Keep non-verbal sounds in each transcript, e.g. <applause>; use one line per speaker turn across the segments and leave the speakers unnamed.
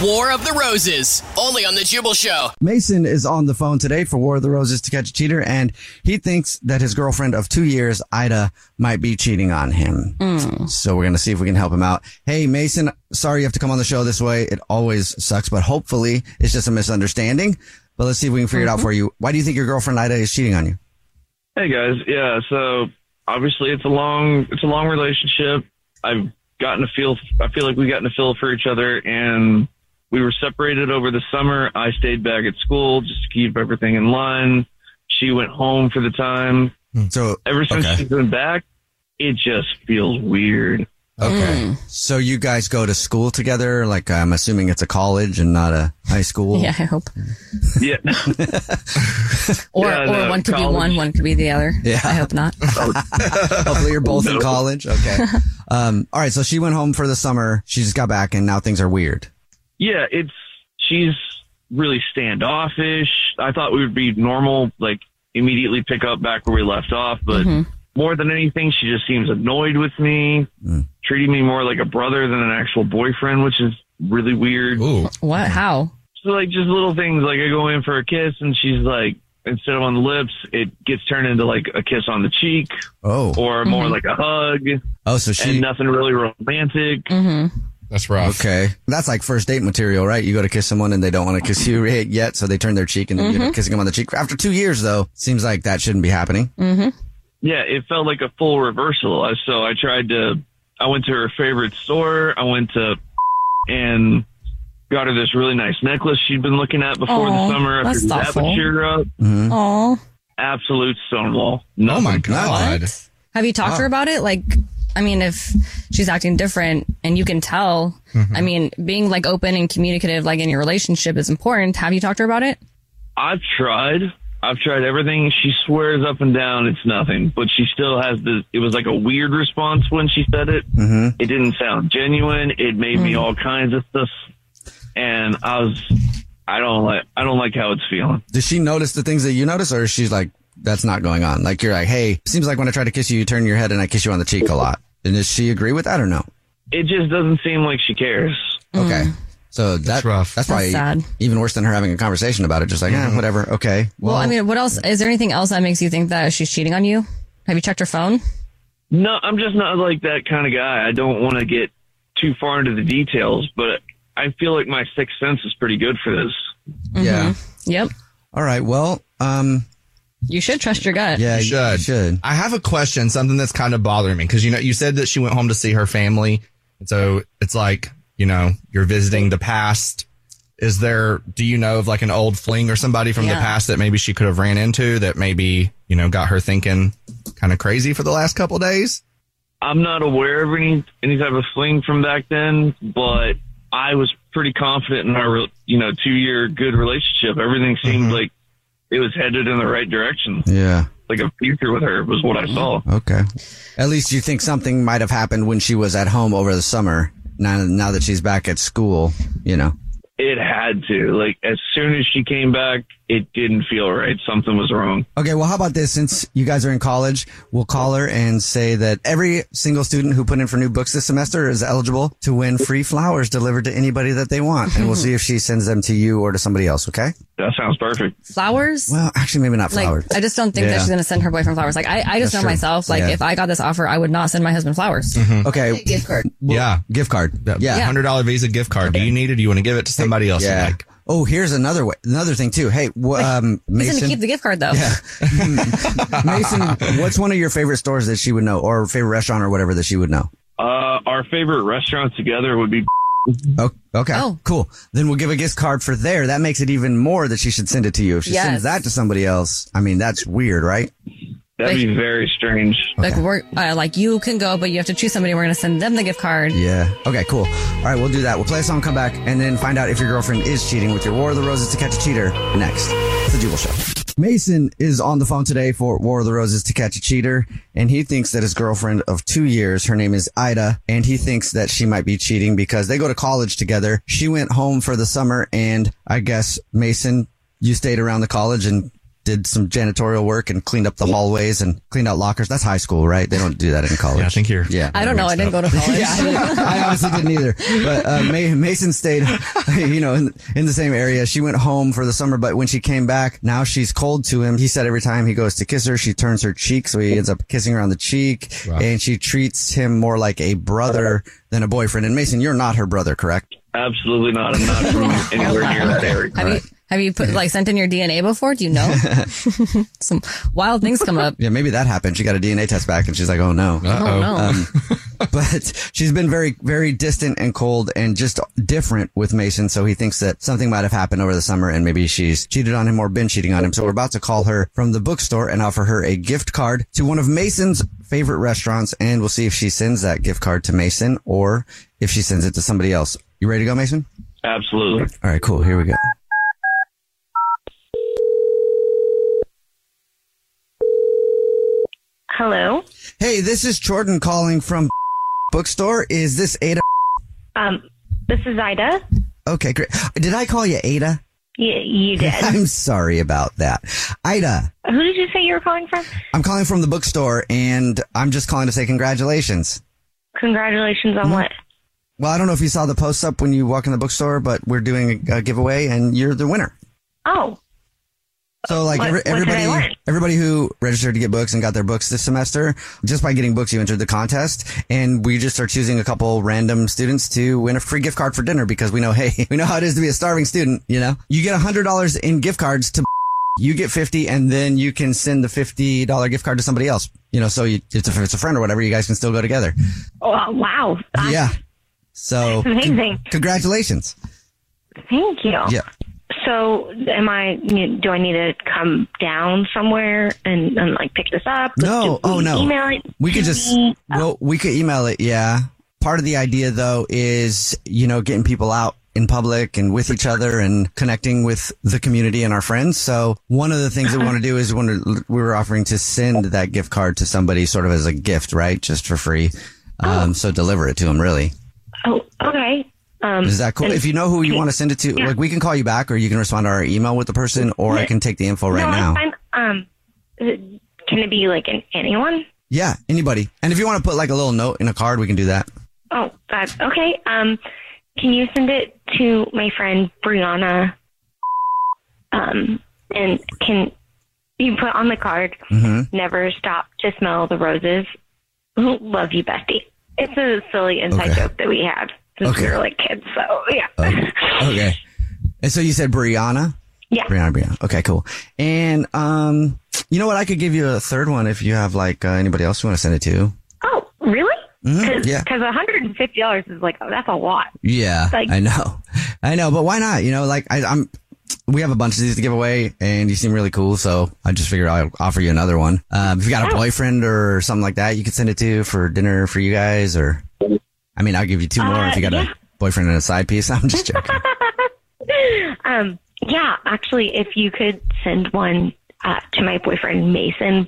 War of the Roses, only on The Jubal Show.
Mason is on the phone today for War of the Roses to catch a cheater, and he thinks that his girlfriend of two years, Ida, might be cheating on him.
Mm.
So we're going to see if we can help him out. Hey, Mason, sorry you have to come on the show this way. It always sucks, but hopefully it's just a misunderstanding. But let's see if we can figure
Mm-hmm.
it out for you. Why do you think your girlfriend, Ida, is cheating on you?
Hey guys, yeah. So obviously it's a long it's a long relationship. I've gotten a feel. I feel like we've gotten a feel for each other, and we were separated over the summer. I stayed back at school just to keep everything in line. She went home for the time.
So
ever since she's been back, it just feels weird.
Okay.
Mm.
So you guys go to school together? Like, I'm assuming it's a college and not a high school.
<laughs> Yeah, I hope.
Yeah.
<laughs> Or
Yeah,
or
no,
one could
college.
be one, one could be the other.
Yeah.
I
<laughs>
hope not.
Hopefully you're both in college. Okay.
<laughs>
Um, all right. So she went home for the summer. She just got back and now things are weird.
Yeah, it's she's really standoffish. I thought we would be normal, like immediately pick up back where we left off, but more than anything, she just seems annoyed with me, treating me more like a brother than an actual boyfriend, which is really weird.
What? How?
So like just little things like I go in for a kiss and she's like instead of on the lips, it gets turned into like a kiss on the cheek.
Oh.
Or more
Mhm.
like a hug.
Oh, so she-
and
uh,
nothing really romantic.
Mm-hmm.
That's rough. Okay. That's like first date material, right? You go to kiss someone and they don't want to kiss you <laughs> yet. So they turn their cheek and then
Mm-hmm.
you're
Mhm.
kissing them on the cheek. After two years though, seems like that shouldn't be happening.
Mm-hmm.
Yeah, it felt like a full reversal. I- So I tried to, I went to her favorite store. I went to and got her this really nice necklace she'd been looking at before
Aw,
the summer. I
that's
figured that
thoughtful. Mm-hmm.
would cheer her up.
Aw.
Absolute stonewall. Oh my
God. Have you talked to her
Ah.
about it? Like, I mean, if she's acting different and you can tell,
Mm-hmm.
I mean, being like open and communicative, like in your relationship is important. Have you talked to her about it?
I've tried. I've tried everything. She swears up and down it's nothing, but she still has the. It was like a weird response when she said it.
Mm-hmm.
It didn't sound genuine. It made me
Mhm.
all kinds of stuff, and I was. I don't like. I don't like how it's feeling.
Does she notice the things that you notice or she's like, that's not going on? Like you're like, Hey, seems like when I try to kiss you, you turn your head and I kiss you on the cheek a lot. And does she agree with that or no?
It just doesn't seem like she cares.
Okay. So that, that's rough. That's
Mm. That's
probably
sad.
even worse than her having a conversation about it. Just like, eh, whatever. Okay.
Well,
Well,
I mean, what else? Is there anything else that makes you think that she's cheating on you? Have you checked her phone?
No, I'm just not like that kind of guy. I don't want to get too far into the details, but I feel like my sixth sense is pretty good for this.
yeah.
Mm-hmm.
Yep.
All right. Well, um,
you should trust your gut.
Yeah, you should. I have a question, something that's kind of bothering me because you know you said that she went home to see her family, and so it's like you know you're visiting the past. Is there? Do you know of like an old fling or somebody from the
Yeah.
past that maybe she could have ran into that maybe you know got her thinking kind of crazy for the last couple days?
I'm not aware of any any type of fling from back then, but I was pretty confident in our you know two year good relationship. Everything seemed like it was headed in the right direction.
Yeah.
Like a future with her was what I saw.
Okay. At least you think something might have happened when she was at home over the summer. Now, now that she's back at school, you know.
It had to. Like as soon as she came back, it didn't feel right. Something was wrong.
Okay, well, how about this? Since you guys are in college, we'll call her and say that every single student who put in for new books this semester is eligible to win free flowers delivered to anybody that they want. And we'll see if she sends them to you or to somebody else, okay?
That sounds perfect.
Flowers?
Well, actually, maybe not
like,
flowers.
I just don't think
Yeah.
that she's going to send her boyfriend flowers. Like, I, I just
That's
know
true.
myself. Like,
Yeah. Mm-hmm.
if I got this offer, I would not send my husband flowers.
okay.
gift card.
well,
Yeah.
Gift card.
That
Yeah.
hundred dollar Visa gift card. Do you need it? Do you want to give it to somebody else?
Yeah.
Yeah. Like,
oh, here's another way. Another thing too. Hey, wh- um,
He's going to
Mason.
keep the gift card, though.
Mason, <laughs> what's one of your favorite stores that she would know, or favorite restaurant, or whatever that she would know?
Uh, our favorite restaurant together would be.
Oh, okay.
Oh.
Cool. Then we'll give a gift card for there. That makes it even more that she should send it to you. If she
Yes.
sends that to somebody else, I mean, that's weird, right?
That'd be very strange.
Like, we're, uh, like, you can go, but you have to choose somebody. We're going to send them the gift card.
Yeah. Okay, cool. All right, we'll do that. We'll play a song, come back, and then find out if your girlfriend is cheating with your War of the Roses to catch a cheater next. It's the Jubal Show. Mason is on the phone today for War of the Roses to catch a cheater, and he thinks that his girlfriend of two years, her name is Ida, and he thinks that she might be cheating because they go to college together. She went home for the summer, and I guess Mason, you stayed around the college and did some janitorial work and cleaned up the hallways and cleaned out lockers. That's high school, right? They don't do that in college.
yeah, I think you're.
Yeah.
I don't know. I didn't go to college.
<laughs> I honestly didn't either. But uh, Ma- Mason stayed, <laughs> you know, in, in the same area. She went home for the summer, but when she came back, now she's cold to him. He said every time he goes to kiss her, she turns her cheek, so he ends up kissing her on the cheek, and she treats him more like a brother than a boyfriend. And Mason, you're not her brother, correct?
Absolutely not. I'm not from anywhere near that area.
Have you have you put like sent in your DNA before? Do
<laughs>
you know? Some wild things come up.
Yeah, maybe that happened. She got a DNA test back, and she's like, "Oh no." Um,
I don't know. <laughs>
but she's been very, very distant and cold and just different with Mason. So he thinks that something might have happened over the summer and maybe she's cheated on him or been cheating on him. So we're about to call her from the bookstore and offer her a gift card to one of Mason's favorite restaurants. And we'll see if she sends that gift card to Mason or if she sends it to somebody else. You ready to go, Mason?
Absolutely.
All right, cool. Here we go.
Hello.
Hey, this is Jordan calling from <laughs> bookstore. Is this Ada?
Um, this is Ida.
Okay, great. Did I call you Ada? <laughs>
You, you did.
<laughs>
I'm sorry about that. Ida.
Who did you say you were calling from?
I'm calling from the bookstore and I'm just calling to say congratulations.
Congratulations
Mm-hmm.
on what?
Well, I don't know if you saw the post up when you walk in the bookstore, but we're doing a, a giveaway and you're the winner.
Oh,
So like
What-
every,
what did I win?
everybody, everybody who registered to get books and got their books this semester, just by getting books, you entered the contest and we just are choosing a couple random students to win a free gift card for dinner because we know, <laughs> hey, we know how it is to be a starving student. You know, you get a hundred dollars in gift cards to <laughs> you get 50 and then you can send the $50 gift card to somebody else. You know, so you, if it's a friend or whatever, you guys can still go together.
oh wow. That's
Yeah. So
amazing.
congratulations.
Thank you.
Yeah.
So, am I? you- Do I need to come down somewhere and, and like pick this up?
No.
Do we
Oh, no.
Email it.
We
to
could just
me?
well, we could email it. Yeah. Part of the idea though is, you know, getting people out in public and with each other and connecting with the community and our friends. So one of the things that we want to do is when we were offering to send that gift card to somebody sort of as a gift, right? Just for free. Um, so deliver it to them really.
Oh, okay. Um,
Is that cool?
and-
If you know who you
okay.
want to send it to, like we can call you back or you can respond to our email with the person or I can take the info right
no,
now.
I'm fine. Um, is it- can it be like an anyone?
Yeah, anybody. And if you want to put like a little note in a card, we can do that.
Oh, that okay. Um, can you send it to my friend Brianna? Um, and can you put on the card?
Mm-hmm.
Never stop to smell the roses. <laughs> Love you, Bestie. It's a silly inside
Okay.
joke that we had since we
Okay.
were like kids. So yeah,
Okay. And so you said Brianna?
<laughs> yeah.
Brianna, Brianna. Okay, cool. And um you know what? I could give you a third one if you have like uh, anybody else you want to send it to.
Oh, really? Because
yeah.
one hundred and fifty dollars is like oh, that's a lot.
Yeah,
Like-
I know, I know, but why not? You know, like I, I'm, we have a bunch of these to give away, and you seem really cool, so I just figured I'll offer you another one. Um, if you got a boyfriend or something like that, you could send it to for dinner for you guys, or I mean, I'll give you two more if you got
Uh, yeah.
a boyfriend and a side piece. <laughs> I'm just joking.
<laughs> Um, yeah, actually, if you could send one uh, to my boyfriend Mason.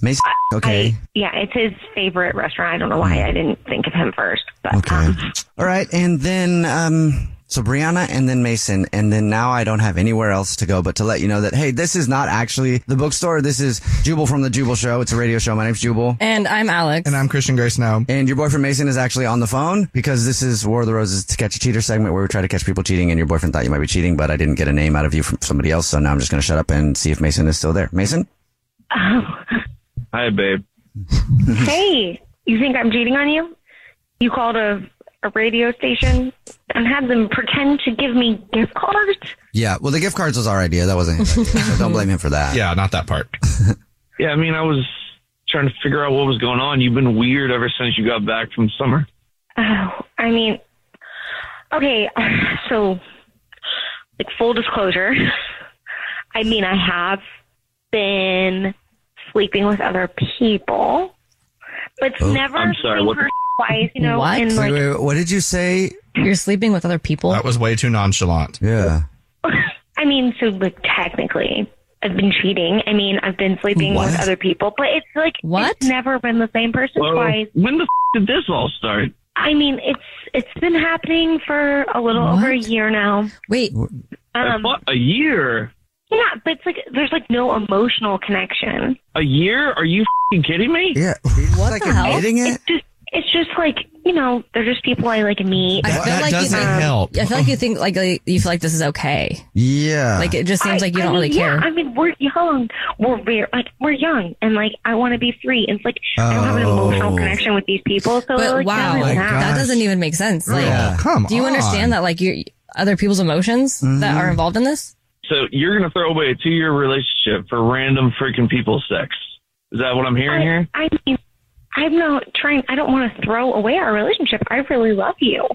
Mason, okay. Mm.
I, yeah, it's his favorite restaurant. I don't know why I didn't think of him first, but
Okay.
um,
All right. And then, um, so Brianna and then Mason. And then now I don't have anywhere else to go but to let you know that, hey, this is not actually the bookstore. This is Jubal from The Jubal Show. It's a radio show. My name's Jubal.
And I'm Alex.
And I'm Christian Grace now.
And your boyfriend Mason is actually on the phone because this is War of the Roses to catch a cheater segment where we try to catch people cheating and your boyfriend thought you might be cheating, but I didn't get a name out of you from somebody else. So now I'm just going to shut up and see if Mason is still there. Mason?
Hi, babe.
hey, you think I'm cheating on you? You called a, a radio station and had them pretend to give me gift cards?
Yeah. Well, the gift cards was our idea. That wasn't his idea. So don't blame him for that.
Yeah, not that part.
Yeah, I mean, I was trying to figure out what was going on. You've been weird ever since you got back from summer.
Oh, I mean, okay, <sighs> so, like, full disclosure, I mean, I have been sleeping with other people, but it's never
Oh, I'm sorry,
been
what the-
twice, you know,
What?
and,
Wait,
like,
wait, wait, what did you say?
You're sleeping with other people.
That was way too nonchalant.
Yeah.
I mean, so like technically, I've been cheating. I mean, I've been sleeping
What?
with other people, but it's like
What?
it's never been the same person
Well,
twice.
when the f- did this all start?
I mean, it's it's been happening for a little over a
What?
year now.
Wait,
I
Um,
thought a year.
yeah, but it's like there's like no emotional connection.
A year? Are you f kidding me?
Yeah. <laughs> What like
the hell?
admitting
<laughs>
it?
Just it's just like you know, they're just people I like meet.
I feel
that
like
doesn't
you, um,
help.
I feel like you think like, like, you feel like this is okay.
Yeah.
Like it just seems
I-
like you
I
don't
mean,
really
yeah,
care.
I mean, we're young. We're we're like we're young, and like I want to be free. And it's like I don't have an
Oh.
emotional connection with these people. So
But
Oh, like,
wow,
Oh
doesn't
my
matter.
God.
that doesn't even make sense. Like,
Girl, come
do you understand that like your other people's emotions that are involved in this?
So you're gonna throw away a two year relationship for random freaking people's sex? Is that what I'm hearing here?
I, I mean, I'm not trying. I don't want to throw away our relationship. I really love you.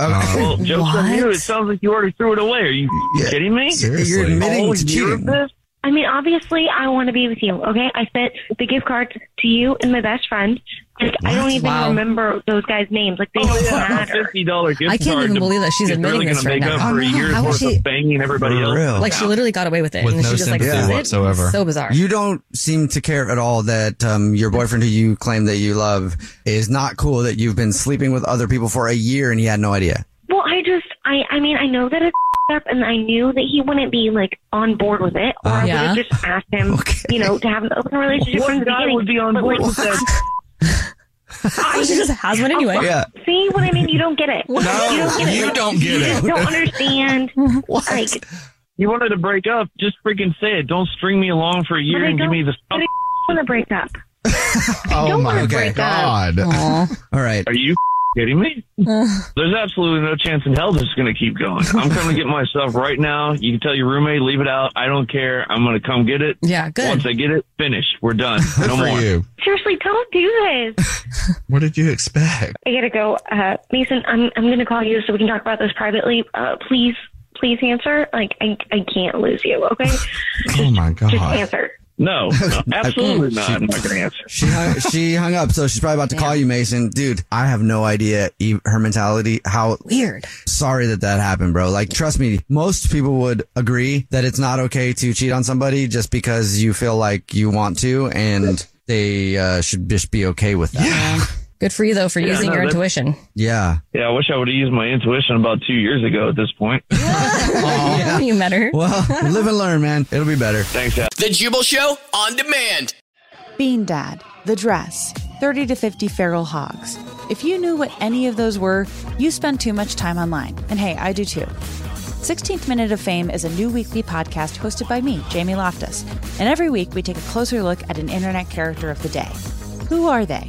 Okay.
Well, joke on you.
What?
It sounds like you already threw it away. Are you f-
Yeah.
kidding me?
You're
Seriously.
A
admitting
whole
to
year of
cheating.
this?
I mean, obviously, I want to be with you. Okay, I sent the gift cards to you and my best friend. Like, I don't even
Wow.
remember those guys' names. Like, they don't
Oh, Yeah, a
matter.
fifty dollar gift
I can't
card
even
to-
believe that she's
is
admitting
really
this
gonna
right
make
now.
up
I
for a
know.
year's
How
worth
is she-
of banging everybody
For
else.
real.
Like she literally got away with it,
With
and then
no
she just like
sympathy
does it.
whatsoever.
So bizarre.
You don't seem to care at all that um, your boyfriend, who you claim that you love, is not cool. That you've been sleeping with other people for a year and he had no idea.
Well, I just, I, I mean, I know that it's up, and I knew that he wouldn't be like on board with it, or I would
Yeah.
have just asked him, you know, to have an open relationship from
One
the
guy
beginning.
would be on
But,
board
like,
with that.
I
she just
just,
has one anyway.
<laughs> Yeah.
see what I mean? You don't get it. you don't get it.
you
Like,
don't get
you
it.
just don't understand. Like,
You wanted to break up? Just freaking say it. Don't string me along for a year
But I
and give
don't-
me the.
but I want to break
<laughs>
up.
Oh
don't
my
wanna
okay.
break up.
god.
Aw.
All right.
Are you kidding me? There's absolutely no chance in hell this is going to keep going. I'm coming to get my stuff right now. You can tell your roommate, leave it out. I don't care. I'm going to come get it.
Yeah,
Once
good.
I get it, finished. We're done. No
Good for
more.
you.
Seriously, don't do
<laughs>
this.
What did you expect?
I gotta go. Uh, Mason, I'm I'm gonna call you so we can talk about this privately. Uh, please, please answer. Like I I can't lose you. Okay,
Oh my
just
god.
answer.
<laughs>
No, no, absolutely not. I'm not going to answer.
She hung, she hung up, so she's probably about to call you, Mason. Dude, I have no idea e- her mentality. How
Weird.
sorry that that happened, bro. Like, trust me, most people would agree that it's not okay to cheat on somebody just because you feel like you want to, and they uh, should just be okay with that.
Yeah. Good for you though for using
no,
your
that's-
<laughs>
intuition.
Yeah.
Yeah, I wish I would have used my intuition about two years ago at this point.
Yeah. you met her.
Well, <laughs> live and learn, man. It'll be better.
Thanks, Al.
The Jubal Show on demand.
Bean Dad, The Dress, 30 to 50 Feral Hogs. If you knew what any of those were, you spend too much time online. And hey, I do too. 16th Minute of Fame is a new weekly podcast hosted by me, Jamie Loftus. And every week we take a closer look at an internet character of the day. Who are they?